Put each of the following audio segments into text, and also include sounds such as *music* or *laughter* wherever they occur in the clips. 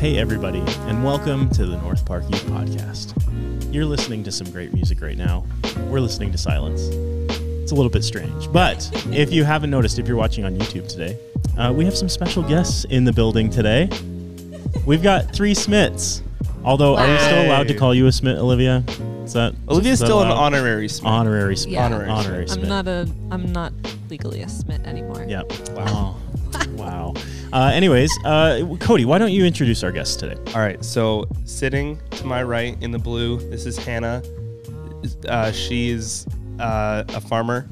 everybody, and welcome to the North Park Youth Podcast. You're listening to some great music right now. We're listening to Silence. It's a little bit strange, but if you haven't noticed, if you're watching on YouTube today, uh, we have some special guests in the building today. We've got three Smits. Although, are we still allowed to call you a Smit, Olivia? Is that Olivia's is that still an allowed? honorary Smith. honorary Smit. Yeah. Honorary, Honorary honorary Smit. I'm not a I'm not legally a Smith anymore. *laughs* Yep. Wow. wow. Uh, anyways, uh, Cody, why don't you introduce our guests today? All right, so sitting to my right in the blue, this is Hannah. Uh, she's uh, a farmer.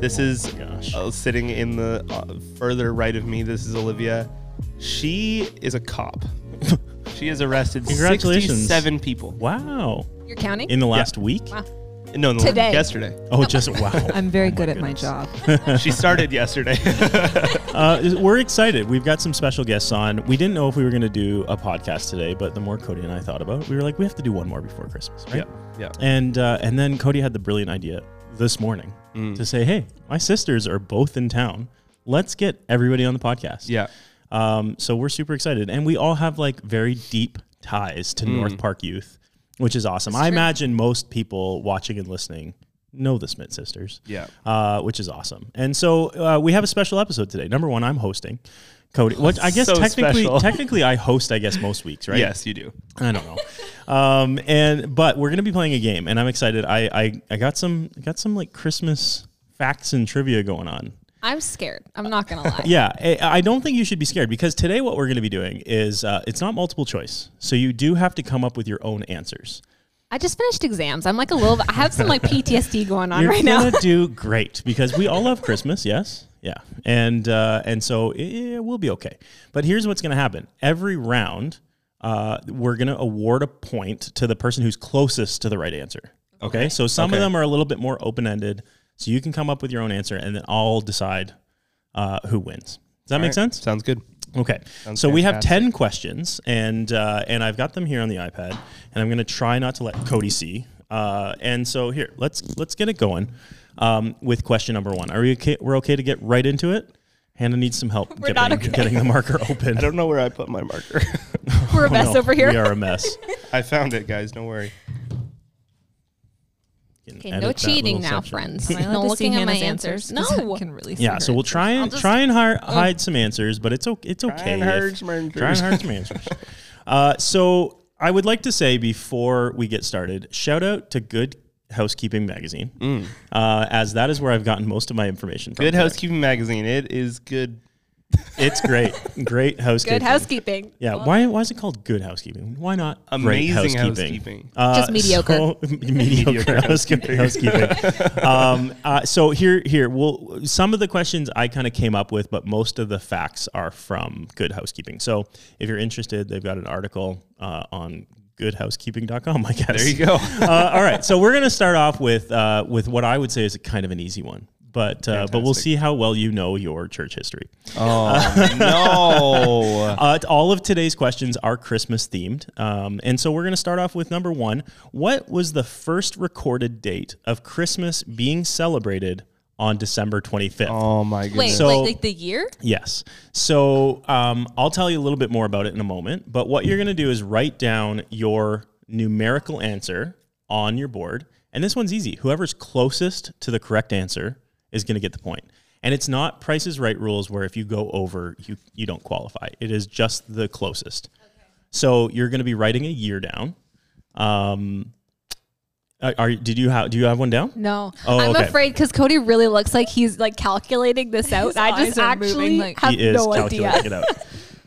This is gosh. uh, sitting in the uh, further right of me. This is Olivia. She is a cop. *laughs* she has arrested Congratulations. 67 people. Wow. You're counting? In the last week? Wow. No, no Today. yesterday. *laughs* Oh, just wow. *laughs* I'm very Oh good at my goodness. *laughs* job. she started *laughs* yesterday. Uh, we're excited. We've got some special guests on. We didn't know if we were going to do a podcast today, but the more Cody and I thought about it, we were like, we have to do one more before Christmas, right? yeah, yeah. And uh, and then Cody had the brilliant idea this morning Mm. to say, hey, my sisters are both in town. Let's get everybody on the podcast. Yeah. Um, so we're super excited, and we all have like very deep ties Mm. to North Park Youth, which is awesome. I true. imagine most people watching and listening know the Smith sisters, Yeah. uh, which is awesome. And so uh, we have a special episode today. Number one, I'm hosting. Cody, what I guess So technically, special. technically I host, I guess most weeks, right? Yes, you do. I don't know. um, and but we're gonna be playing a game, and I'm excited. I I, I got some I got some like Christmas facts and trivia going on. I'm scared. I'm not gonna lie. *laughs* Yeah, I I don't think you should be scared because today what we're going to be doing is uh, it's not multiple choice, so you do have to come up with your own answers. I just finished exams. I'm like a little. I have some *laughs* like PTSD going on You're right now. gonna do great because we all love Christmas, yes, yeah, and uh, and so it will be okay. But here's what's going to happen: every round, uh, we're going to award a point to the person who's closest to the right answer. Okay, so some of Okay. them are a little bit more open ended, so you can come up with your own answer, and then I'll decide uh, who wins. Does that make sense? Sounds good. Okay. Sounds so we have fantastic. 10 questions, and uh, and I've got them here on the iPad, and I'm going to try not to let Cody see. Uh, and so here, let's let's get it going um, with question number one. Are we okay? We're okay to get right into it. Hannah needs some help We're getting, not okay. getting the marker open. *laughs* I don't know where I put my marker. We're a mess over here. We are a *laughs* mess. *laughs* I found it, guys. Don't worry. Can Okay, edit no that cheating little now, section. friends. *laughs* Am I allowed No to see looking at my Hannah's answers. 'Cause I *laughs* No. can really see Yeah, her so we'll answers. try and just- try and hi- hide some answers, but it's okay. It's okay. Oh. and if- hide some answers. try and hide some *laughs* answers. Uh, so I would like to say before we get started, shout out to Good Housekeeping magazine, uh, as that is where I've gotten most of my information from. Mm. Good today. Housekeeping magazine. It is good. It's *laughs* great, great housekeeping. Good housekeeping. Yeah. Why? Why is it called Good Housekeeping? Why not Great Amazing Housekeeping? housekeeping. Uh, Just mediocre. so- *laughs* mediocre, housekeeping. *laughs* housekeeping. um, uh, so here, here. Well, some of the questions I kind of came up with, but most of the facts are from Good Housekeeping. So if you're interested, they've got an article uh, on goodhousekeeping.com. I guess. There you *laughs* go. *laughs* uh, all right. So we're going to start off with uh, with what I would say is a kind of an easy one, but uh, but we'll Fantastic. see how well you know your church history. Oh, *laughs* no. Uh, t- all of today's questions are Christmas themed. Um, and so we're going to start off with number one. What was the first recorded date of Christmas being celebrated on December 25th? Oh my Wait, goodness. So- like, like the year? Yes. So um, I'll tell you a little bit more about it in a moment. But what you're going to do is write down your numerical answer on your board. And this one's easy. Whoever's closest to the correct answer is going to get the point. And it's not Price is Right rules where if you go over, you, you don't qualify. It is just the closest. So you're going to be writing a year down. Um, are- are did you have do you have one down? No, Oh, I'm okay. afraid because Cody really looks like he's like calculating this out. I just eyes are moving, actually like- have he is no calculating idea. it out.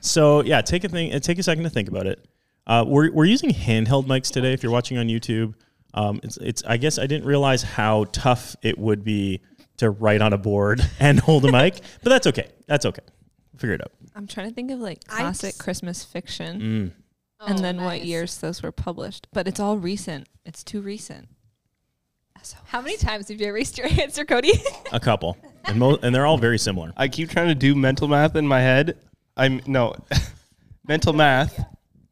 So yeah, take a thing. uh, Take a second to think about it. Uh, we're we're using handheld mics today. If you're watching on YouTube, um, it's it's. I guess I didn't realize how tough it would be to write on a board *laughs* and hold a mic, but that's okay. That's okay. Figure it out. I'm trying to think of like I classic just- Christmas Mm. fiction and Oh, then what nice. years those were published. But it's all recent. It's too recent. So How many times have you erased your *laughs* answer, Cody? A couple, and mo- and they're all very similar. I keep trying to do mental math in my head. I'm *laughs* no mental math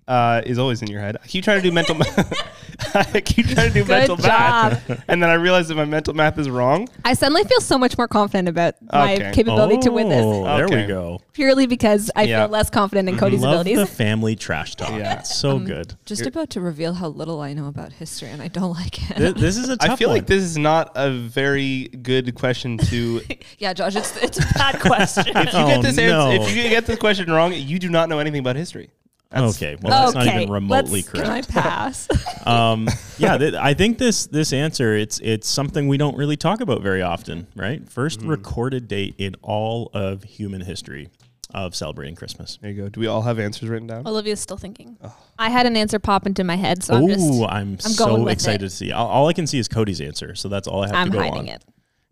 uh, is always in your head. I keep trying to do mental math. *laughs* I keep trying to do mental math, and then I realize that my mental math is wrong. I suddenly feel so much more confident about my Okay. capability to win Oh, this There Okay. we go. purely because I Yeah. feel less confident in Cody's Love the abilities. Um, family trash talk. Yeah. It's so good. Just about to reveal how little I know about history, and I don't *laughs* like it. Th- This is a tough I feel one. like this is not a very good question *laughs* to. if yeah, Josh, it's *laughs* it's a bad question. you Oh, get this no. answer, if you get this question wrong, you do not know anything about history. That's- okay, well, that's not even remotely let's- Can I correct. pass? *laughs* Um, yeah, th- I think this this answer it's it's something we don't really talk about very often, right? 1st recorded date in all of human history of celebrating Christmas. There you go. Do we all have answers written *laughs* down? Olivia's still thinking. Oh. I had an answer pop into my head, so I'm oh, just I'm, going so with excited it. to see. All, all I can see is Cody's answer, so that's all I have I'm to go hiding on. it.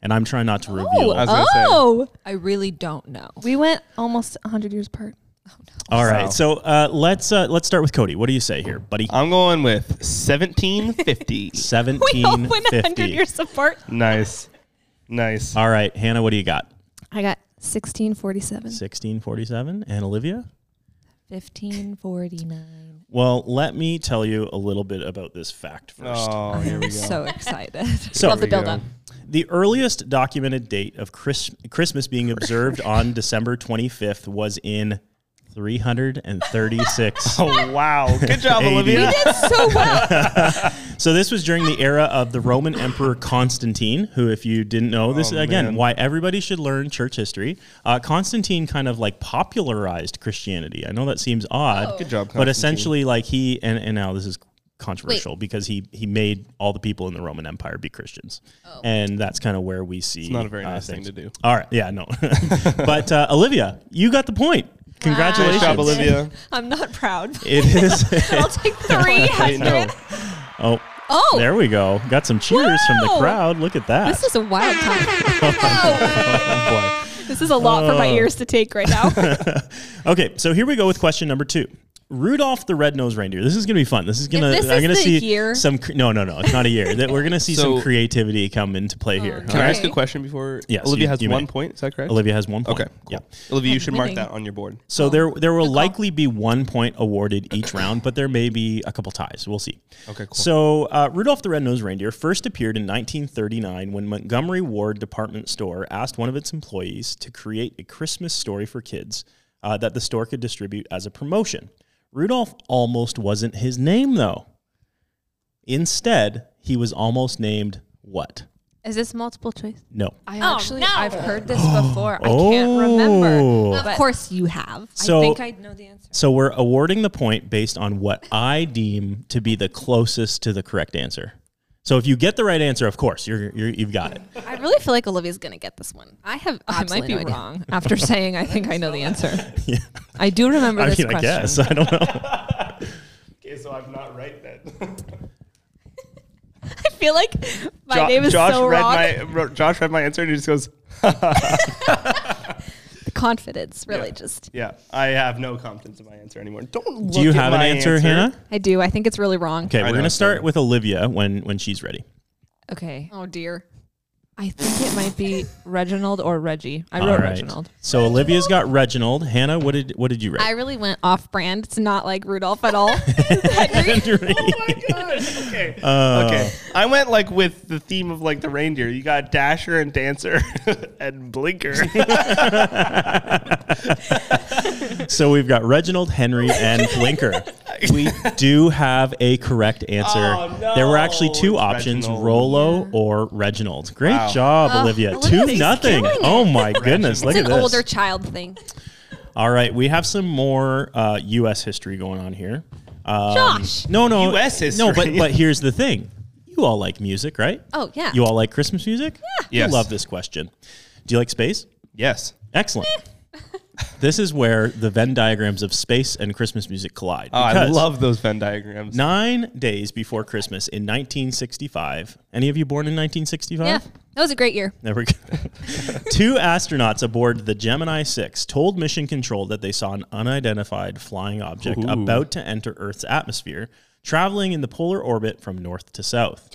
And I'm trying not to reveal. Oh, was gonna say. oh. I really don't know. Oh, we went almost 100 years apart. All right, Wow. so uh, let's uh, let's start with Cody. What do you say here, buddy? Uh, *laughs* I'm going with 1750. *laughs* We all went 100 1750. years apart. nice. Nice. All right, Hannah, what do you got? I got 1647. 1647 and Olivia? 1549. Well, let me tell you a little bit about this fact first. Oh, here we go. So excited. So, Love the we go. build up. the earliest documented date of Chris- Christmas being observed on December 25th was in *laughs* 336. oh, wow. Good job, Eighty. Olivia. *laughs* so well. *laughs* so, this was during the era of the Roman Emperor Constantine, who, if you didn't know, this Oh, again, man. why everybody should learn church history. Uh, Constantine kind of like popularized Christianity. I know that seems odd, Good job, but Constantine. essentially like he and, and now this is controversial because he he made all the people in the roman empire be christians Oh. and that's kind of where we see it's not a very nice thing to do. all right yeah *laughs* no *laughs* but uh, olivia you got the point Good congratulations *laughs* job, Olivia. I'm not proud. it is I'll take 300. Wait, no. *laughs* oh Oh, there we go got some cheers from the Wow. crowd look at that this is a wild time. *laughs* Whoa. Oh, boy. This is a lot for my ears to take right now. *laughs* Okay, so here we go with question number two. Rudolph the Red-Nosed Reindeer. This is gonna be fun. This is gonna. If this I'm is gonna the see year- some. cre- No, no, no. It's not a *laughs* year. That we're gonna see So- some creativity come into play here. Oh, Can I Alright? ask a question before? Yes, Olivia you- has you one may. point. Is that correct? Olivia has one point. Okay, cool. Yeah. Olivia, you should mark winning. that on your board. So there, there will likely be one point awarded *clears throat* each round, but there may be a couple ties. We'll see. Okay, cool. So uh, Rudolph the Red-Nosed Reindeer first appeared in 1939 when Montgomery Ward Department Store asked one of its employees to create a Christmas story for kids uh, that the store could distribute as a promotion. Rudolph almost wasn't his name though. Instead, he was almost named what? Is this multiple choice? No. *laughs* I Oh, actually, no. I've heard this before. I can't *gasps* Oh. remember. Of But course you have. So I think I know the answer. So we're awarding the point based on what I deem to be the closest to the correct answer. So if you get the right answer, of course, you're, you're you've got it. I really feel like Olivia's going to get this one. I have I might absolutely be no idea. wrong after saying I think I *laughs* know the answer. I do remember I this mean, I question. guess *laughs* I don't know. Okay, so I'm not right then. *laughs* I feel like *laughs* my Jo- name is Josh so read wrong. my wrote- Josh read my answer and he just goes, the confidence really Yeah. just. "Yeah, I have no confidence in my answer anymore." Don't look Do you at have an my answer, Hannah? I do. I think it's really wrong. Okay, I we're know, gonna I'm start sorry. with Olivia when when she's ready. Okay. Oh dear. I think it might be Reginald or Reggie. I All wrote right. Reginald. So Olivia's got Reginald. Hannah, what did what did you I write? really went off brand. It's not like Rudolph at all. *laughs* *laughs* *laughs* Oh my gosh. *laughs* Okay. okay. I went like with the theme of like the reindeer. You got Dasher and Dancer *laughs* and Blinker. so we've got Reginald, Henry, *laughs* and Blinker. We do have a correct answer. Oh, no. There were actually two It's options: Reginald. Rolo or Reginald. Great Wow. job, Oh, Olivia. Two Olivia's nothing. killing it. Oh my goodness! Look it's at an this. older child thing. All right, we have some more uh, U.S. history going on here. Um, Josh. no, no, US history. No, but but here's the thing: you all like music, right? Oh yeah. You all like Christmas music? Yeah. You Yes. love this question. Do you like space? *laughs* yes. Excellent. *laughs* this is where the Venn diagrams of space and Christmas music collide. Oh, I because love those Venn diagrams. Nine days before Christmas in 1965. Any of you born in 1965? yeah. That was a great year. There we go. *laughs* Two astronauts aboard the Gemini 6 told Mission Control that they saw an unidentified flying object Ooh. about to enter Earth's atmosphere, traveling in the polar orbit from north to south.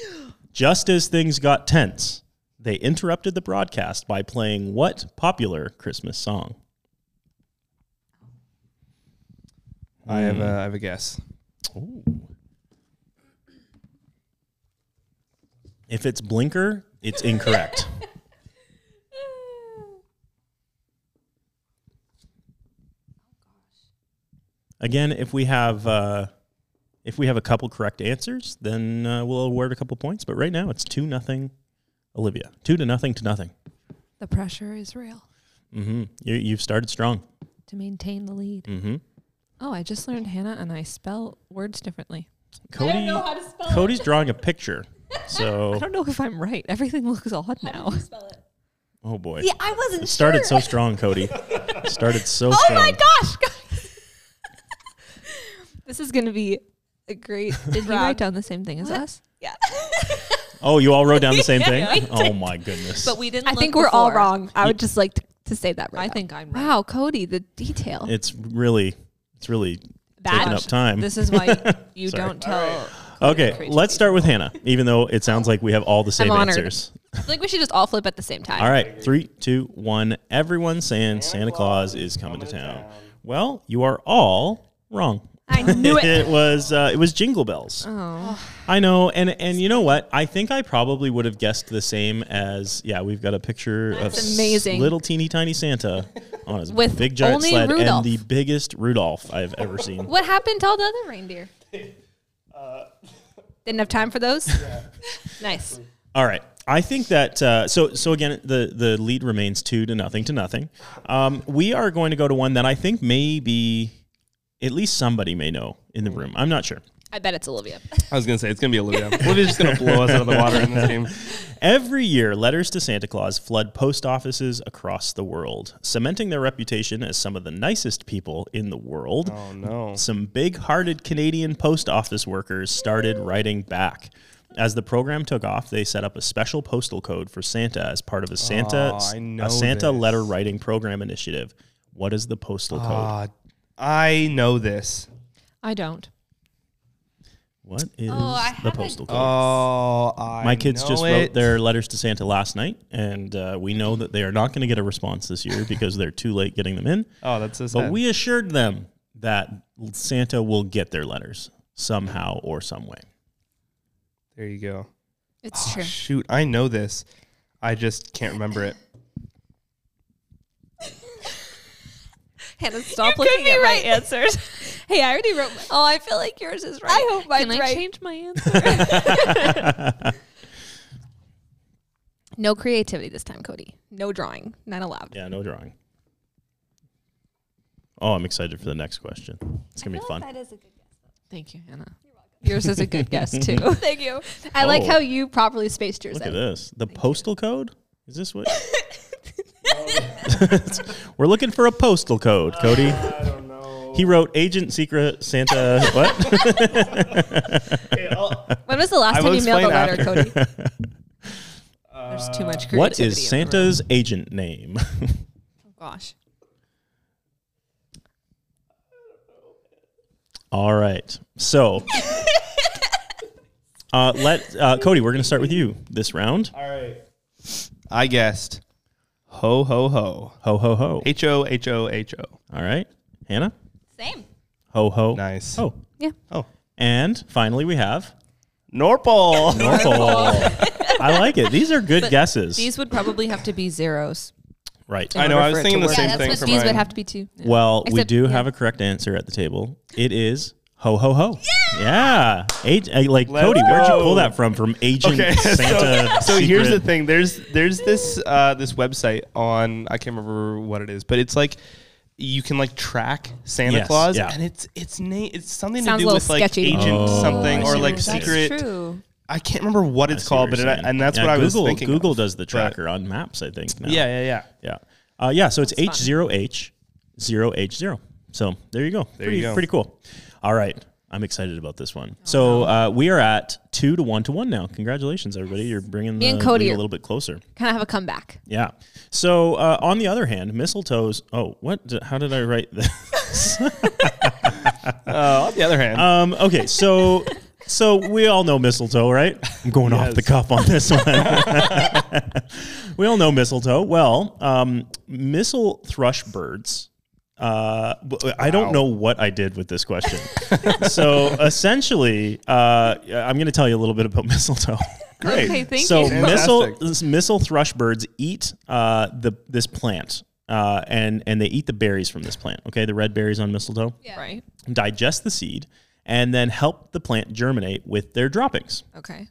Just as things got tense, they interrupted the broadcast by playing what popular Christmas song? I have a, I have a guess. If it's blinker, it's incorrect. Again, if we have uh, if we have a couple correct answers, then uh, we'll award a couple points. But right now, it's two nothing, Olivia. Two to nothing to nothing. The pressure is real Mm-hmm. You, you've started strong. to maintain the lead. Mm-hmm. Oh, I just learned Hannah and I spell words differently. Cody, how to spell Cody's drawing a picture. *laughs* I So, don't know if I'm right. Everything looks odd now. spell it. oh boy, Yeah, I wasn't it started so sure. strong, Cody. It started so *laughs* Oh strong. my gosh, guys. *laughs* this is gonna be a great. *laughs* Did you Rob. write down the same thing as What? us? Yeah. *laughs* Oh, you all wrote down the same *laughs* Yeah, thing? I Oh did. my goodness. But we didn't. I look think we're all before. wrong. I would just like to, to say that right. I now. think I'm right. Wow, Cody, the detail. it's really it's really taking That up time. This *laughs* is why you Sorry. don't tell. okay, crazy let's start with Hannah, even though it sounds like we have all the same honored. answers. I think we should just all flip at the same time. All right, three, two, one. Everyone saying Santa, Claus, is coming, to town. Well, you are all wrong. I *laughs* knew it. it was uh, it was Jingle Bells. Oh, I know, and and you know what? I think I probably would have guessed the same as yeah. We've got a picture of That's s- amazing. little teeny tiny Santa on his With big giant only sled Rudolph. and the biggest Rudolph I've ever seen. What happened to all the *laughs* other reindeer? Uh, Didn't have time for those. *laughs* nice. All right. I think that uh, so so again the the lead remains two to nothing to nothing. Um, we are going to go to one that I think maybe at least somebody may know in the Hmm. room. I'm not sure. I bet it's *laughs* Olivia. I was gonna say it's gonna be Olivia. *laughs* Olivia's just gonna blow us out of the water *laughs* in this game. Every year, letters to Santa Claus flood post offices across the world, cementing their reputation as some of the nicest people in the world. Oh no. some big hearted Canadian post office workers started writing back. As the program took off, they set up a special postal code for Santa as part of a Santa Oh, I know a Santa this. letter writing program initiative. What is the postal code? Ah, I know this. I don't. What is Oh, I the haven't- postal code? Oh, I My kids know just it. wrote their letters to Santa last night, and uh, we know that they are not going to get a response this year because they're too late getting them in. Oh, that's so sad. But we assured them that Santa will get their letters somehow or some way. there you go. It's Oh, shoot, I know this. I just can't remember it. Hannah, stop You could looking be at right. my answers. *laughs* Hey, I already *laughs* wrote. My, Oh, I feel like yours is right. I hope mine's Can I right. change my *laughs* answer? no creativity this time, Cody. No drawing. Not allowed. Yeah, no drawing. Oh, I'm excited for the next question. It's gonna be fun. that is a good guess. Thank you, Hannah. Yours is a good *laughs* guess too. *laughs* Thank you. I like Oh. how you properly spaced yours Look at out. this. The postal code? Is this what? *laughs* We're looking for a postal code, Cody. I don't know. He wrote Agent Secret Santa. What? When was the last I time will you mailed a letter, explain Uh, Cody? *laughs* There's too much creativity. what in is the room. Santa's agent name? *laughs* Oh, gosh. All right. *laughs* So, uh, let uh, Cody. We're gonna start with you this round. All right. I guessed. Ho ho ho. Ho ho ho. H o h o h o. All right, Hannah. Same. Ho ho. Nice. Oh, Yeah. Oh. and finally we *laughs* have Norpole. *laughs* Norfolk. I like it. These are good guesses. Oh. These would probably have to be zeros. right. I know. I was thinking the Yeah, same yeah, thing that's for what these mine. would have to be too. well, we Except- do yeah. have a correct answer at the table. It is ho ho ho. Yeah. Ag- I- like Let's Cody, where'd you go. pull that from? From Agent Okay, *laughs* so- Santa. so here's the Secret- thing. There's there's this uh, this website on I can't remember what it is, but it's like you can like track Santa Yes, Claus, yeah. and it's it's name it's something Sounds to a do little with like sketchy. agent Oh, something I or see like what you're saying. secret. True. I can't remember what I it's see called, what but it, you're saying. and that's Yeah, what I was Google- thinking. Google of. does the But- tracker on maps, I think. Now. Yeah, yeah, yeah. Yeah. Uh, yeah. So it's H zero H zero H zero. So there you go. There pretty, you go. Pretty cool. All right. I'm excited about this one. Oh, so uh, we are at two to one to one now. Congratulations, everybody. You're bringing Me the and Cody lead are- a little bit closer. Kind of have a comeback. Yeah. So uh, on the other hand, mistletoes. Oh, what? Did, how did I write this? *laughs* Uh, on the other hand, Um, okay. *laughs* So so we all know mistletoe, right? I'm going off the cuff on this one. *laughs* we all know mistletoe. Well, um, missile thrush birds. Uh, w- I don't Wow. know what I did with this *laughs* question. so essentially, uh, I'm going to tell you a little bit about *laughs* mistletoe. Great. Okay, thank so you. missile Fantastic. this missile thrush birds eat uh, the this plant uh, and and they eat the berries from this plant. Okay, the red berries on mistletoe Right. digest the seed and then help the plant germinate with their droppings. Okay.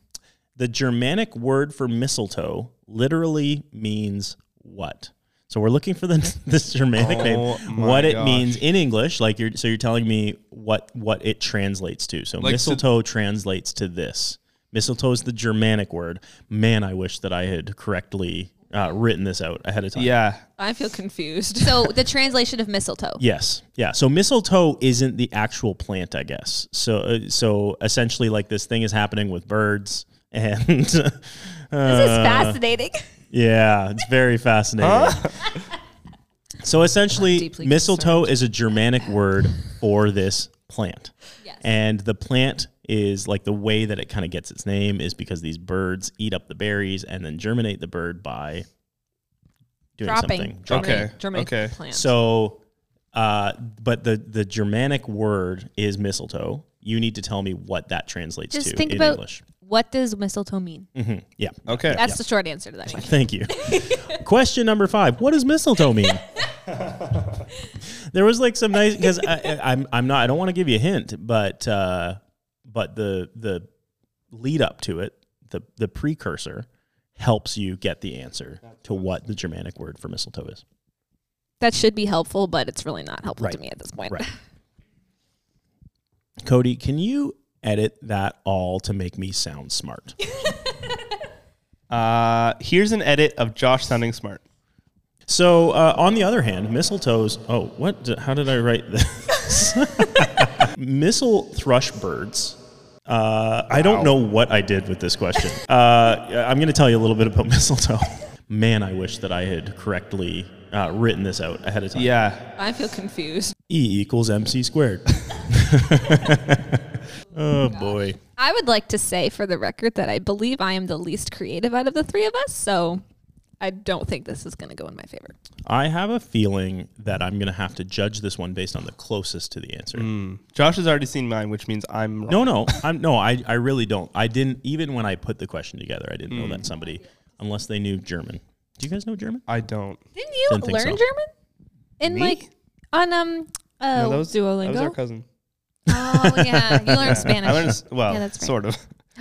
The Germanic word for mistletoe literally means what? So we're looking for the *laughs* this Germanic Oh name, my what it gosh. means in English. Like you're, so you're telling me what what it translates to. So Like, so- mistletoe translates to this. Mistletoe is the Germanic word. Man, I wish that I had correctly uh, written this out ahead of time. Yeah. I feel *laughs* confused. So the translation of mistletoe. Yes. Yeah. So mistletoe isn't the actual plant, I guess. So uh, so essentially, like this thing is happening with birds, and *laughs* uh, this is This Uh. is fascinating. Yeah, it's very fascinating. *laughs* so essentially, deeply mistletoe is a Germanic word for this plant. Yes. And the plant is like the way that it kind of gets its name is because these birds eat up the berries and then germinate the bird by doing Dropping. something. Okay. Germanic Okay. plant. So, uh, but the the Germanic word is mistletoe. You need to tell me what that translates Just to think in about English. what does mistletoe mean? hmm Yeah. Okay. That's the short answer to that question. Thank you. *laughs* Question number five: What does mistletoe mean? there was like some nice because I'm I'm not I don't want to give you a hint, but uh, but the the lead up to it, the the precursor helps you get the answer to what the Germanic word for mistletoe is. That should be helpful, but it's really not helpful to Right. me at this point. Right. Cody, can you edit that all to make me sound smart? *laughs* Uh, here's an edit of Josh sounding smart. So, uh, on the other hand, mistletoes. Oh, what? d- How did I write this? *laughs* Mistle thrush birds. Uh, I don't know what I did with this question. *laughs* uh, I'm going to tell you a little bit about *laughs* mistletoe. Man, I wish that I had correctly uh, written this out ahead of time. Yeah. I feel confused. E equals MC squared. *laughs* oh, boy. *laughs* I would like to say for the record that I believe I am the least creative out of the three of us, so I don't think this is going to go in my favor. I have a feeling that I'm going to have to judge this one based on the closest to the answer. Mm. Josh has already seen mine, which means I'm wrong. No, no, I'm no, I, I really don't. I didn't even when I put the question together, I didn't Mm. know that somebody unless they knew German. Do you guys know German? I don't. Didn't you Didn't think learn so. German? In Me? like on um oh No, that was, Duolingo. That was our cousin. oh yeah, you learned Spanish. *laughs* I learned, s- *laughs* well, Yeah, that's right. sort of.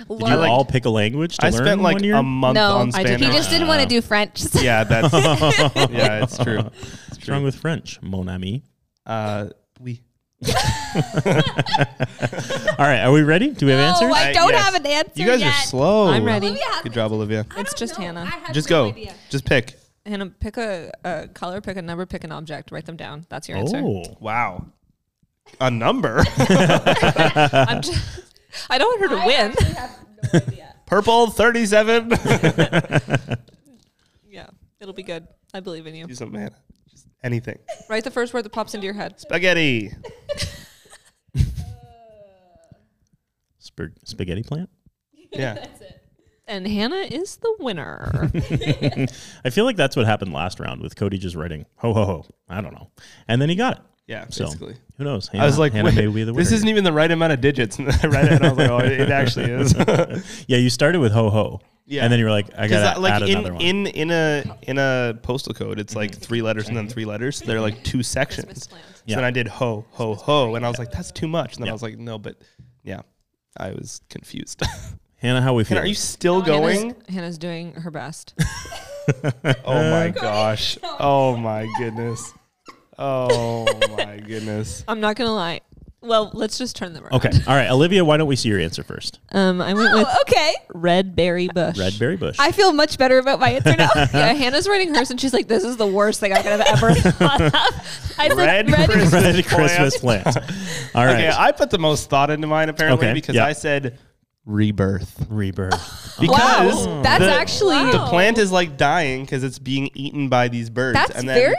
Did you I like- all pick a language to I learn spent like one year? a month no, on I did. Spanish. He just didn't want to do French. so- *laughs* *laughs* yeah, that's yeah, it's true. It's What's wrong true. with French, mon ami? Uh, we. All right, are we ready? Do we have answers? No, I I- don't yes. have an answer. You guys yet. are slow. I'm ready. Olivia has Good job, Olivia. I It's don't just know. Hannah. I have Just no go. idea. Just pick. Hannah, pick a, a color, pick a number, pick an object. Write them down. That's your answer. oh. Wow. A number. *laughs* *laughs* I'm just, I don't want her to win. *laughs* Purple 37. *laughs* Yeah, it'll be good. I believe in you. She's a man. Just anything. Write the first word that pops into your *laughs* head. Spaghetti. Spag- spaghetti plant? *laughs* Yeah. And Hannah is the winner. *laughs* I feel like that's what happened last round with Cody just writing ho ho ho. I don't know. And then he got it. Yeah, So basically. who knows? I was like, Hannah wait, may be the winner. this isn't even the right amount of digits. *laughs* And then I read it and I was like, oh, it actually is. yeah, you started with ho ho. Yeah. And then you were like, I Because gotta like add in, another one. in in a in a postal code, it's like three letters and then three letters. So they're like two sections. So misplanned. Yeah. then I did ho ho ho, and I was like, that's too much. And then Yeah. I was like, no, but yeah, I was confused. *laughs* Hannah, how we feel? Hannah, are you still Hannah's, going? Hannah's doing her best. Oh my gosh! Oh my goodness! Oh my goodness! *laughs* I'm not gonna lie. Well, let's just turn them *laughs* around. okay. All right, Olivia, why don't we see your answer first? Um, I went with Oh, okay. red berry bush. Red berry bush. I feel much better about my answer now. Yeah, Hannah's writing hers, and she's like, "This is the worst thing I could *laughs* have ever." thought of." I *laughs* Red, Christmas, red plant. Christmas plant. *laughs* All right. Okay, I put the most thought into mine apparently Okay, because yeah. I said rebirth Rebirth. because That's the- actually the plant is like dying because it's being eaten by these birds. That's and very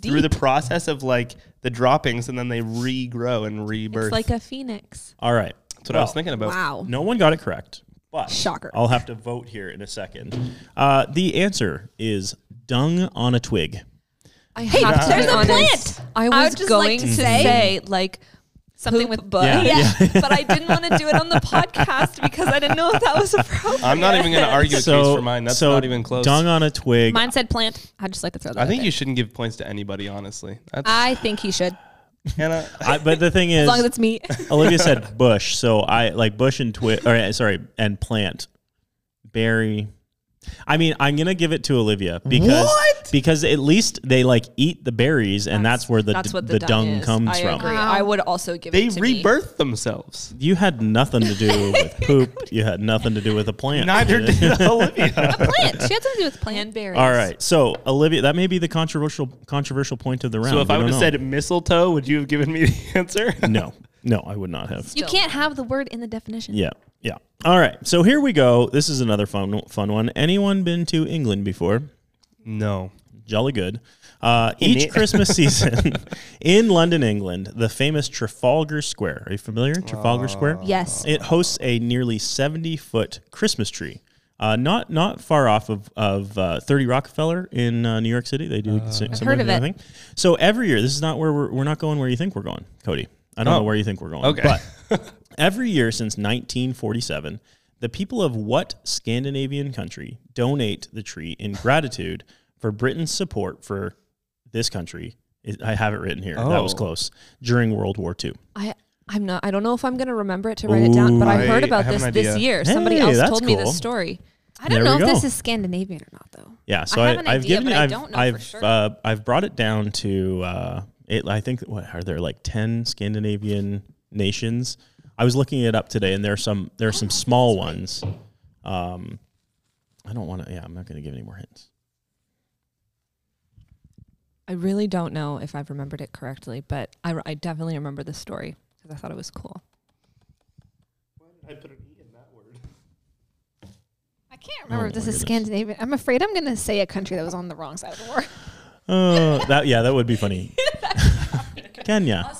through the deep. process of like the droppings, and then they regrow and rebirth. It's like a phoenix. All right. That's what I was thinking about. Wow. No one got it correct. But Shocker. I'll have to vote here in a second. Uh, the answer is dung on a twig. I Hey, have to there's be a honest. plant. I I was would just going like to to say- say like something Poop with book. Yeah, *laughs* but I didn't want to do *laughs* it on the podcast because I didn't know if that was appropriate. I'm not even going to argue a case for mine. That's so not even close. Dung on a twig. Mine said plant. I just like to throw that. I out think there. you shouldn't give points to anybody, honestly. *laughs* That's I think he should, Hannah. I, but the thing *laughs* as is, long as it's me. Olivia said bush, so I like bush and twig. Or uh, sorry, and plant, berry. I mean, I'm gonna give it to Olivia because What? because at least they like eat the berries, and that's, where the That's d- what the, dung, is. comes I from. Agree. Wow. I would also give They it to me. rebirthed themselves. You had nothing to *laughs* do with poop. You had nothing to do with a plant. *laughs* Neither did Olivia. plant. She had something to do with plant. and berries. All right, so Olivia, that may be the controversial controversial point of the round. so if We I don't would have know. said mistletoe, would you have given me the *laughs* answer? no, no, I would not have. You can't have the word in the definition. Yeah, yeah. All right, so here we go. This is another fun fun one. Anyone been to England before? no. jolly good. Uh, each it. *laughs* Christmas season in London, England, the famous Trafalgar Square. Are you familiar? Trafalgar Square. Uh, Yes. It hosts a nearly seventy-foot Christmas tree. Uh, not not far off of of uh, Thirty Rockefeller in uh, New York City. They do si- similar heard of kind it. thing. So every year, this is not where we're, we're not going where you think we're going, Cody. I don't know where you think we're going. Oh. Okay. But Every year since 1947, the people of what Scandinavian country donate the tree in gratitude for Britain's support for this country? It- I have it written here. That was Oh. close. During World War II. I I'm not. I don't know if I'm gonna remember it to write it down. But I, Ooh. heard I- about I have this an this idea. year. Somebody Hey, else that's told me cool. this story. I don't There know we if this go. is Scandinavian or not, though. Yeah. So I I have an have idea, given but it. I I've, don't know for I've, sure. uh, I've brought it down to, uh, it, I think, what are there like 10 Scandinavian nations? I was looking it up today and there are some, there are Oh, some small ones. Um, I don't want to, yeah, I'm not going to give any more hints. I really don't know if I've remembered it correctly, but I, I definitely remember this story because I thought it was cool. I can't remember Oh, if this my is goodness. Scandinavian. I'm afraid I'm going to say a country that was on the wrong side of the *laughs* war. Uh, that yeah, that would be *laughs* funny. Kenya.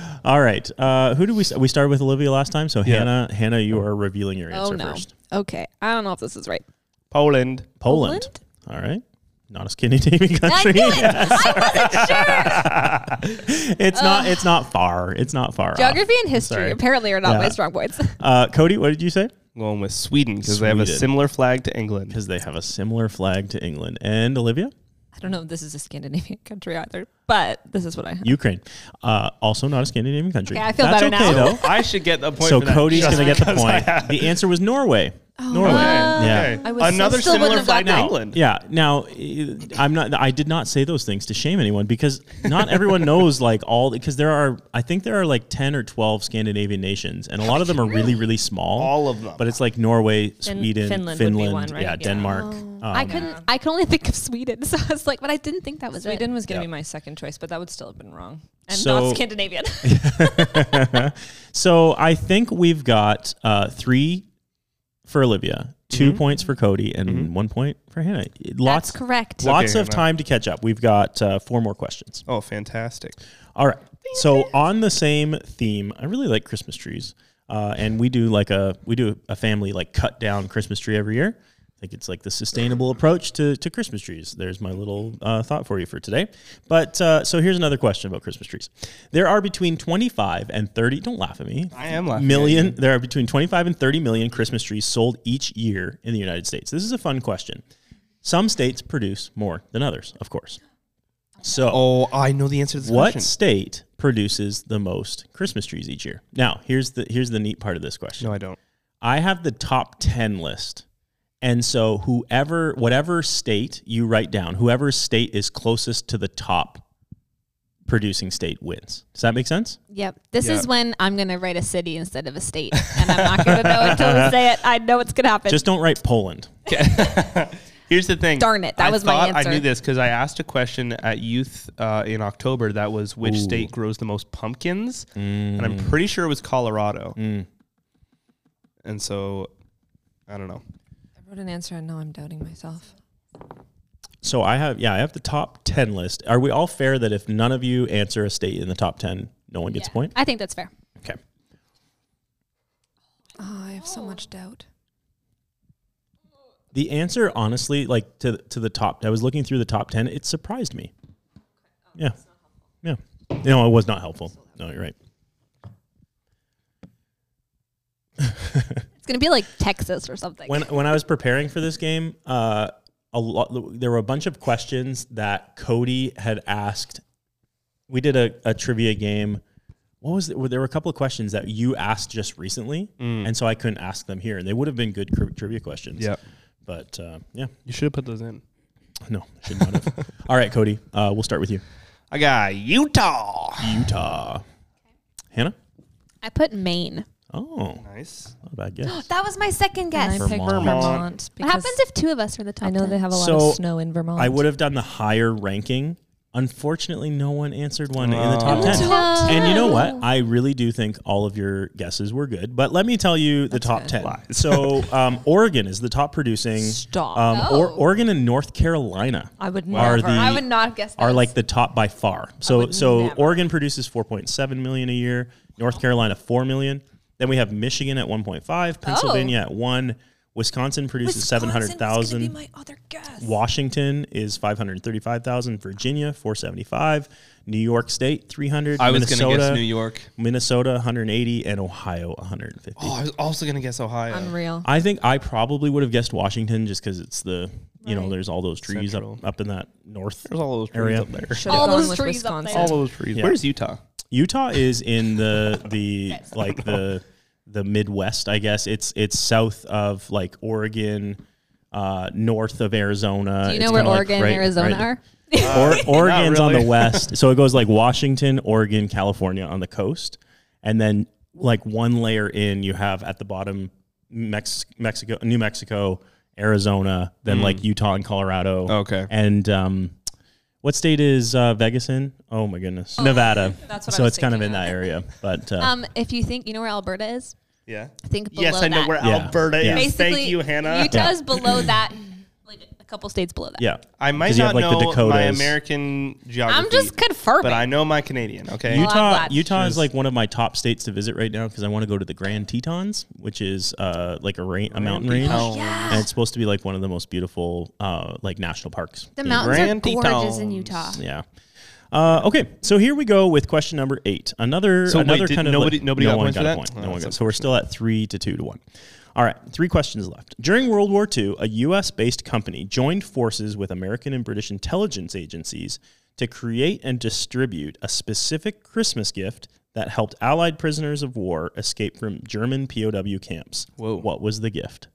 *laughs* All right. Uh, who do we st- we started with Olivia last time? So Yeah. Hannah, Hannah, you are revealing your Oh, answer no. first. Ah, Okay. I don't know if this is right. Poland. Poland. All right. Not a Scandinavian *laughs* country. I knew it. I wasn't sure. *laughs* it's not. It's not far. It's not far. off. Oh. Geography and history Sorry. apparently are not Yeah. my strong *laughs* points. Uh, Cody, what did you say? Going with Sweden because they have a Sweden. similar flag to England. Because they have a similar flag to England and Olivia, I don't know if this is a Scandinavian *laughs* country either, but this is what I. Ukraine. Uh, also not a Scandinavian country. Okay, I feel That's better okay, now. Though. I should get a point. so for that Cody's just gonna get the because I *laughs* point. have- The answer was Norway. Norway. Okay. Yeah. Okay. I was so- Another still similar wouldn't have flag to gotten England. Yeah. Now, i- I'm not. I did not say those things to shame anyone because *laughs* not everyone knows like all because there are. I think there are like ten or twelve Scandinavian nations, and a lot of *laughs* them are really really small. All of them. But it's like Norway, Fin- Sweden, Finland, Finland would be one, right? yeah, Yeah. Denmark. Uh, I couldn't. I could only think of Sweden, *laughs* so I was like, but I didn't think that was it. Sweden was going to Yeah. be my second choice, but that would still have been wrong. and So- not *laughs* Scandinavian. So I think we've got uh, three for Olivia, 2 Mm-hmm. points for Cody, and one point for Hannah. Lots, That's correct. lots Okay, of Hannah. time to catch up. We've got uh, four more questions. Oh, fantastic. All right. So on the same theme, I really like Christmas trees, uh, and we do like a we do a family like cut down Christmas tree every year. I think it's like the sustainable approach to, to Christmas trees. There's my little uh, thought for you for today. But uh, so here's another question about Christmas trees. There are between 25 and 30. Don't laugh at me. I am laughing. at Million. There are between 25 and 30 million Christmas trees sold each year in the United States. This is a fun question. Some states produce more than others, of course. So Oh, I know the answer to this what question. state produces the most Christmas trees each year? Now, here's the here's the neat part of this question. No, *laughs* I don't. I have the top 10 list. And so whoever whatever state you write down, whoever state is closest to the top producing state wins. Does that make sense? Yep. This Yeah. is when I'm going to write a city instead of a state, and I'm not going to know until I say it. I know it's going to happen. Just don't write Poland. *laughs* Here's the thing. Darn it, that I was my thought I answer. knew this because I asked a question at youth uh, in October that was which state grows the most pumpkins, and I'm Mm. pretty sure it was Colorado. And so, I don't know. I wrote an answer, and now I'm doubting myself. So I have yeah, I have the top 10 list. Are we all fair that if none of you answer a state in the top 10, no one gets a point? I think that's fair. Okay. Oh, I have so much doubt. The answer, honestly, like to to the top, I was looking through the top ten. It surprised me. Yeah, yeah. No, it was Oh, not helpful. No, you're right. It's gonna be like Texas or something. When when I was preparing for this game, uh, a lot there were a bunch of questions that Cody had asked. We did a, a trivia game. What was it? Well, there were a couple of questions that you asked just recently, and so I couldn't ask them here. They would have been good cr- trivia questions. Yeah. but uh, yeah, You should have put those in. no, should not have. All right, Cody, uh, we'll start with you. I got Utah. Utah, Hannah. I put Maine. Oh, Nice. not a bad *gasps* guess. That was my second And guess. I picked Vermont. Vermont. What because happens if two of us are in the top? I know 10? they have a lot So, of snow in Vermont. I would have done the higher ranking. Unfortunately, no one answered one in the top Oh. ten. Top And you know 10. what? I really do think all of your guesses were good, but let me tell you the top ten. Lies. *laughs* So um, Oregon is the top producing. Stop. Um, or, Oh. Oregon and North Carolina I would Wow. Are never. the- I would not have guessed. are those. like the top by far. So would so never. Oregon produces four point seven million a year. North Carolina four million. Then we have Michigan at one point five. Pennsylvania at one. Wisconsin produces seven hundred thousand. My other guess. Washington is 535,000, Virginia 475, New York State 300, I was Minnesota gonna guess New York. Minnesota 180 and Ohio 150. Oh, I was also gonna guess Ohio. Unreal. I think I probably would have guessed Washington just because it's the you know Right. there's all those trees up, Central. up in that north. There's all those trees Area. up there. Should've All gone those with trees up Wisconsin. there. All those trees. Yeah. Where's Utah? Utah is in *laughs* the the like the the Midwest, I guess. It's it's south of like Oregon, uh, north of Arizona. Do you It's know where kinda like Oregon and right- Arizona right- are? Or, *laughs* Oregon's on Uh, really. the west, so it goes like Washington, Oregon, California on the coast, and then like one layer in, you have at the bottom Mex- Mexico, New Mexico, Arizona, then like Utah and Colorado. Mm. Okay. and um, what state is uh, Vegas in? Oh my goodness, Nevada. That's what I so was it's kind of in thinking that area, but uh, Um, if you think you know where Alberta is, Yeah. think below Yes, I know that. where Yeah. Alberta Yeah. is. Basically, Thank you, Hannah. Yeah. Utah's *clears throat* below that, like a couple states below that. yeah, I might 'Cause you have, not like, the know my Dakotas. American geography. I'm just confirming. but I know my Canadian. Okay. Well, I'm Utah, glad. Utah is Cheers. like one of my top states to visit right now because I want to go to the Grand Tetons, which is uh, like a, rain, a mountain range. Tetons. yeah, and it's supposed to be like one of the most beautiful uh, like national parks. the in- mountains are Grand gorgeous in Tetons. Utah. Yeah. Uh, okay, so here we go with question number eight. Another So wait, another did kind of nobody- like- nobody no got one points for got a that? point. Oh, No one that's got. So we're still at three to two to one. All right, three questions left. During World War II, a U.S.-based company joined forces with American and British intelligence agencies to create and distribute a specific Christmas gift that helped Allied prisoners of war escape from German POW camps. Whoa. What was the gift?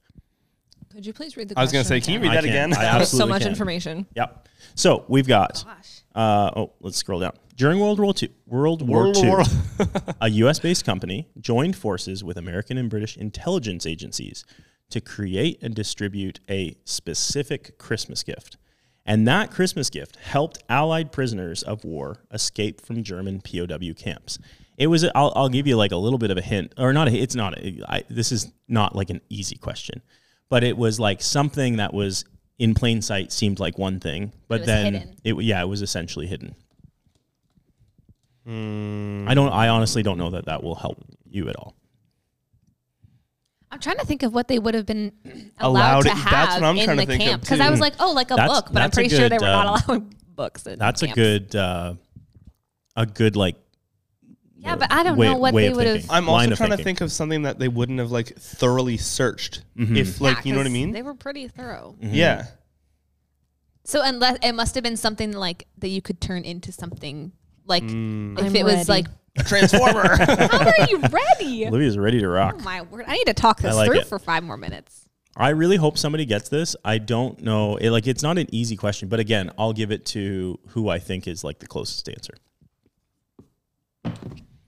Could you please read the? I was gonna say, question? can you read I that can- again? I There's so absolutely much can. information. Yep. So we've got. Gosh. Uh, oh, let's scroll down. During World War II, World War World II, War- *laughs* a U.S.-based company joined forces with American and British intelligence agencies to create and distribute a specific Christmas gift, and that Christmas gift helped Allied prisoners of war escape from German POW camps. It was. I'll, I'll give you like a little bit of a hint, or not. A, it's not. A, I, this is not like an easy question, but it was like something that was in plain sight seemed like one thing, but was then hidden. it yeah, it was essentially hidden. I don't. I honestly don't know that that will help you at all. I'm trying to think of what they would have been *clears throat* Allowed- allowed, to that's have what I'm in trying to the think of, camp because too. I was like, oh, like a That's- book, but I'm that's a pretty sure they good, were um, not allowing *laughs* books. In That's a camps. good. Uh, a good like. Yeah, but I don't way- know what way they of would have. thinking. *laughs* I'm Line also of trying to thinking. think of something that they wouldn't have like thoroughly searched. Mm-hmm. If like you know what I mean? They were pretty thorough. *laughs* Yeah. So unless it must have been something like that you could turn into something like if I'm it ready. was like *laughs* Transformer. how are you *laughs* ready? Olivia's ready to rock. Oh my word! I need to talk this like through it. for five more minutes. I really hope somebody gets this. I don't know. It, like, it's not an easy question, but again, I'll give it to who I think is like the closest answer.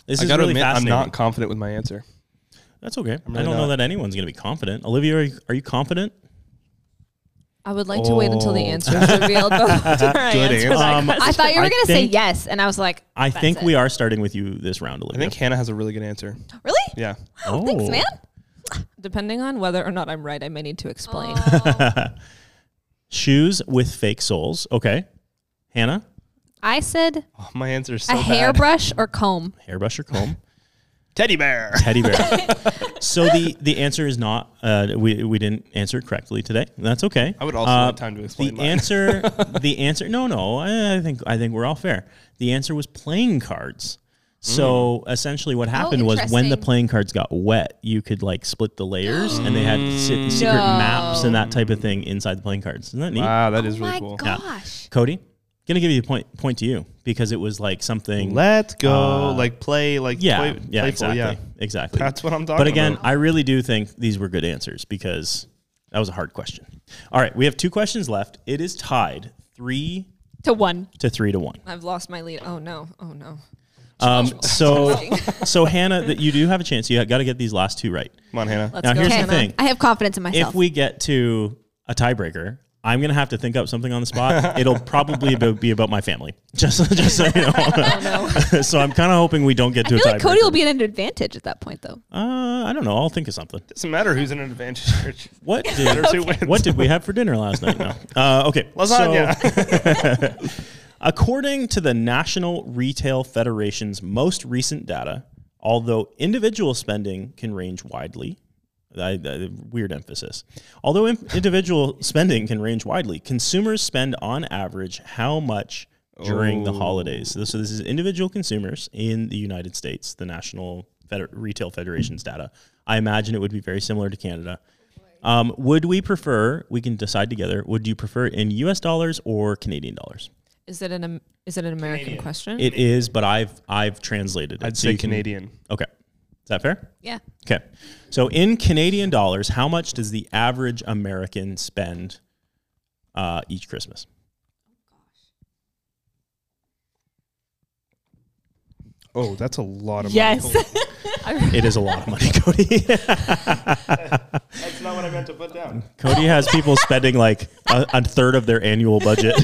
This I is gotta really admit, I'm fascinating. not confident with my answer. That's okay. I really don't know not. that anyone's going to be confident. Olivia, are you, are you confident? I would like to wait until the Oh. answer is *laughs* revealed. before I Good answer answer. that Um, question. I thought you were I gonna say think- yes, and I was like, I that's think it. we are starting with you this round, I Olivia. think Hannah has a really good answer. really. Yeah. Oh, Thanks, man. *laughs* Depending on whether or not I'm right, I may need to explain. Shoes with fake soles. Okay. Hannah, I said Oh, my answer is so a bad. hairbrush or comb. hairbrush or comb? Teddy bear. Teddy bear. so the the answer is not. Uh, we we didn't answer it correctly today. That's okay. I would also Uh, like time to explain the mine. *laughs* answer. the answer. No, no. I, I think I think we're all fair. The answer was playing cards. So Mm. essentially, what happened was when the interesting. playing cards got wet, you could like split the layers, and they had Mm. se- secret maps and that type of thing inside the playing cards. Isn't that neat? Wow, Ah, that is oh my really cool. gosh. Cody, gonna give you a point point to you because it was like something. Let's go. like play, like yeah, play, yeah, playful. exactly, Uh, Yeah. exactly. That's what I'm talking But again, about. I really do think these were good answers because that was a hard question. All right, we have two questions left. It is tied three To one. to three to one. *laughs* I've lost my lead. Oh no! Oh no! Um, so, so Hannah, that you do have a chance. You got to get these last two right. Come on, Hannah. Let's Now go. here's the Hannah. thing: I have confidence in myself. if we get to a tiebreaker, I'm gonna have to think up something on the *laughs* spot. It'll probably be- be about my family. *laughs* Just, just so you know. Oh *laughs* so I'm kind of hoping we don't get to I a feel tiebreaker. like Cody will be at an advantage at that point, though. uh, I don't know. I'll think of something. Doesn't matter who's in an advantage *laughs* church. What Matters did who wins. what did we have for dinner last night? No. Uh, okay. So, Lasagna. *laughs* According to the National Retail Federation's most recent data, although individual spending can range widely, I, I- weird emphasis. Although in- individual spending can range widely, consumers spend on average how much during the Oh. holidays. So, so this is individual consumers in the United States, the National Feder- Retail Federation's data. I imagine it would be very similar to Canada. Um, would we prefer? We can decide together. Would you prefer in U.S. dollars or Canadian dollars? Is it an Am- is it an American question? It is, but I've I've translated it. I'd so say you can- Canadian. Okay, is that fair? Yeah. Okay, so in Canadian dollars, how much does the average American spend uh, each Christmas? Oh, that's a lot of Yes. *laughs* money. It is a lot of money, *laughs* Cody. that's not what I meant to put down. Cody has people spending like a, a third of their annual budget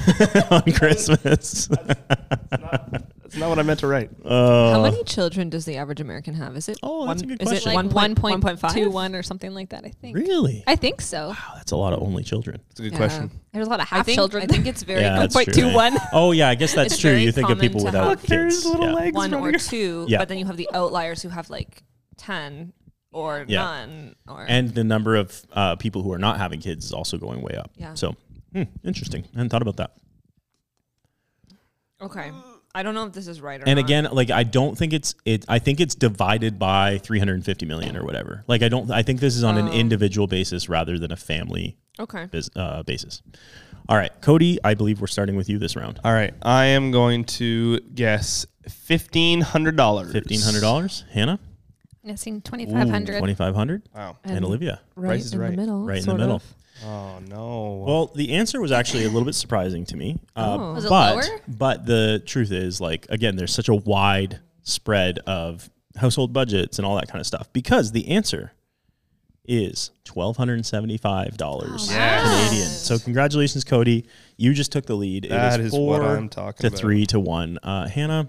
*laughs* on Christmas. That's not what I meant to write. How many children does the average American have? Is it uh, Oh, that's a good Is it question. like one point one point five? 1.21 or something like that, I think. really? I think so. Wow, that's a lot of only children. That's a good Yeah. question. There's a lot of I half think children. I think it's very yeah, that's true. 1.21. eh? Oh yeah, I guess that's It's true. very You think of common people to without have- kids. Look, there's little yeah. legs one or running. two, Yeah. but then you have the outliers who have like ten or Yeah. none or and the number of uh, people who are not having kids is also going way up. Yeah. So hmm, interesting. I hadn't thought about that. okay. I don't know if this is right or And not. again, like I don't think it's it. I think it's divided by 350 million or whatever. Like I don't. I think this is on an individual basis rather than a family okay. bus uh, basis. All right, Cody. I believe we're starting with you this round. All right. I am going to guess $1,500. Fifteen hundred dollars, Hannah. I'm guessing 2,500. Twenty five hundred, Wow. and Olivia. right Price is in Right. the middle. Right in the sort middle. of. Oh, no. Well, the answer was actually a little bit surprising to me. Uh, Oh. Was it but, lower? But the truth is, like, again, there's such a wide spread of household budgets and all that kind of stuff because the answer is $1,275 Oh, Yes. Canadian. So, congratulations, Cody. You just took the lead. That it is, is four what I'm talking to about. three to one. Uh, Hannah,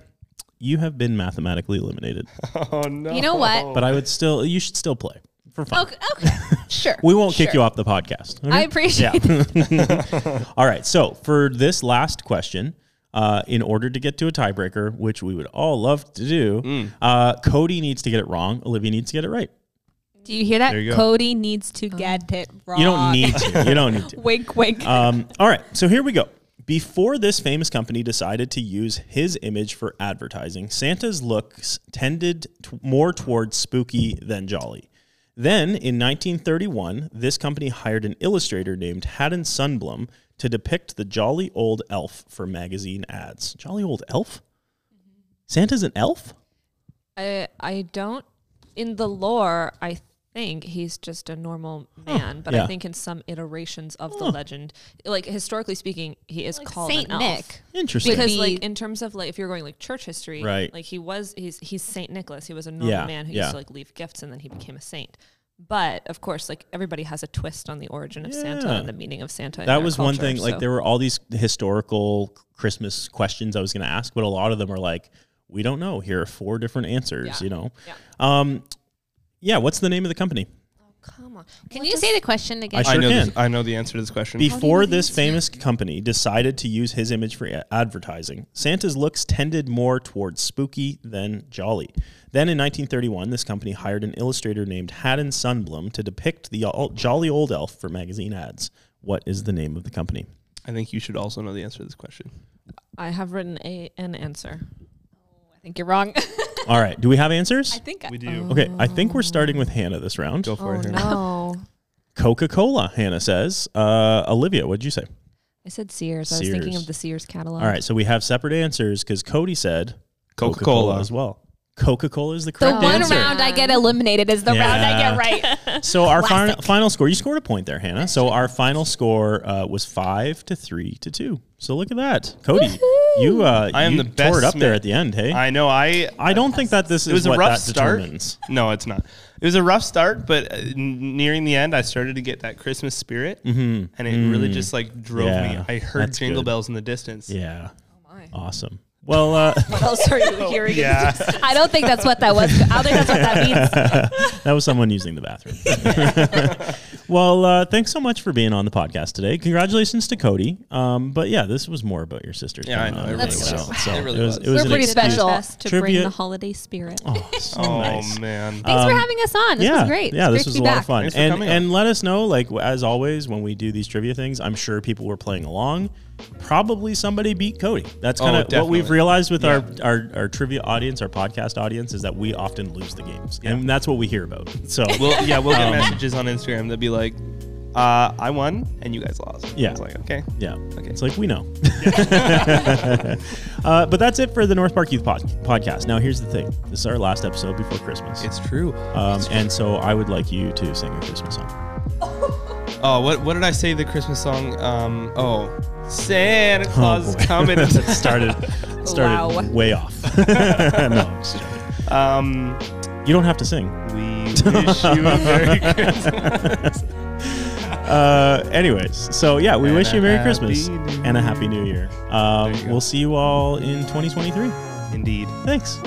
you have been mathematically eliminated, oh, no. You know what? but I would still, you should still play for fun. *laughs* Okay. okay. *laughs* sure. We won't kick sure. you off the podcast. okay? I appreciate it. All right. So for this last question, uh, in order to get to a tiebreaker, which we would all love to do, uh, Cody needs to get it wrong. Olivia needs to get it right. Do you hear that? There you go. Cody needs to get it wrong. You don't need to. You don't need to. *laughs* wink, wink. Um, all right. So here we go. Before this famous company decided to use his image for advertising, Santa's looks tended t- more towards spooky than jolly. Then, in 1931, this company hired an illustrator named Haddon Sunblum to depict the jolly old elf for magazine ads. Jolly old elf? Santa's an elf? I I don't in the lore I think he's just a normal man, but Yeah. I think in some iterations of the legend, like historically speaking, he is called Saint an elf. Nick. Interesting. Because Be- like in terms of like if you're going like church history, Right. Like he was he's he's Saint Nicholas. He was a normal Yeah, man who yeah. used to like leave gifts and then he became a saint. But of course, like everybody has a twist on the origin of Santa Yeah. and the meaning of Santa. in that their was one culture, thing. Like so- there were all these christmas Christmas questions I was going to ask, but a lot of them are like, we don't know. Here are four different answers. Yeah. You know, Yeah. Um, yeah. What's the name of the company? Come on. Can Well, you just- say the question again? I sure I know can. This, I know the answer to this question. Before you this famous company decided to use his image for a- advertising, Santa's looks tended more towards spooky than jolly. Then in 1931, this company hired an illustrator named Haddon Sunblum to depict the ol- jolly old elf for magazine ads. What is the name of the company? I think you should also know the answer to this question. I have written a an answer. I think you're wrong. *laughs* All right, do we have answers? I think I, We do. Okay, I think we're starting with Hannah this round. Go for Oh it. Hannah. *laughs* no! Coca Cola, Hannah says. Uh, Olivia, what'd you say? I said Sears. I was thinking Sears. of the Sears catalog. Oh. All right, so we have separate answers because Cody said Coca-Cola. as well. Coca Cola is the the correct one answer. round I get eliminated is the round I Yeah. get *laughs* right. So our final, final score, you scored a point there, Hannah. So our final score uh, was five to three to two. So look at that, Cody. You, uh, I am you the best tore it up there man. at the end. Hey, I, I know. I don't think that this is was a what rough that start. determines. no, it's not. It was a rough start, but uh, n- nearing the end, I started to get that Christmas spirit, and it really just like drove Mm-hmm. Mm. Yeah, me. I heard that's jingle good. bells in the distance. Yeah, Oh, my. awesome. Well, uh, *laughs* What else are you *laughs* hearing? Yeah. I don't think that's what that was. I don't think that's what that means. that was someone using the bathroom. *laughs* well, uh, thanks so much for being on the podcast today. Congratulations to Cody. Um, but yeah, this was more about your sister's. Yeah, I know. It really was. So It really it was. was. It was We're an pretty excuse- special. *laughs* Us to Tribute. bring the holiday spirit. Oh, so *laughs* Oh nice. man. Thanks for Um, having us on. This yeah, was great. yeah, this It's great was to a be lot back. of fun, Thanks for and coming and let us know, like as always, when we do these trivia things. I'm sure people were playing along. Probably somebody beat Cody. That's Oh, kind of what we've definitely. realized with our, our our trivia audience, our podcast audience, is that we often lose the games, and that's what we hear about. *laughs* So We'll, yeah, um, we'll get messages on Instagram that be like, uh, "I won and you guys lost." Yeah. It's like okay. Yeah. Okay. It's like we *laughs* know. *laughs* uh, but that's it for the North Park Youth Pod- Podcast. Now, here's the thing this is our last episode before Christmas. It's true. Um, and so I would like you to sing a Christmas song. Oh, what what did I say the Christmas song? Um, oh, Santa Claus is Oh, boy. coming. *laughs* That started, started Wow. way off. *laughs* no, I'm just joking. *laughs* um, You don't have to sing. we wish you a merry *laughs* Christmas. Uh, anyways, so yeah, we And wish a you a Merry Happy Christmas New and a Year. Happy New Year. Um, There you go. we'll see you all in 2023. Indeed. Thanks.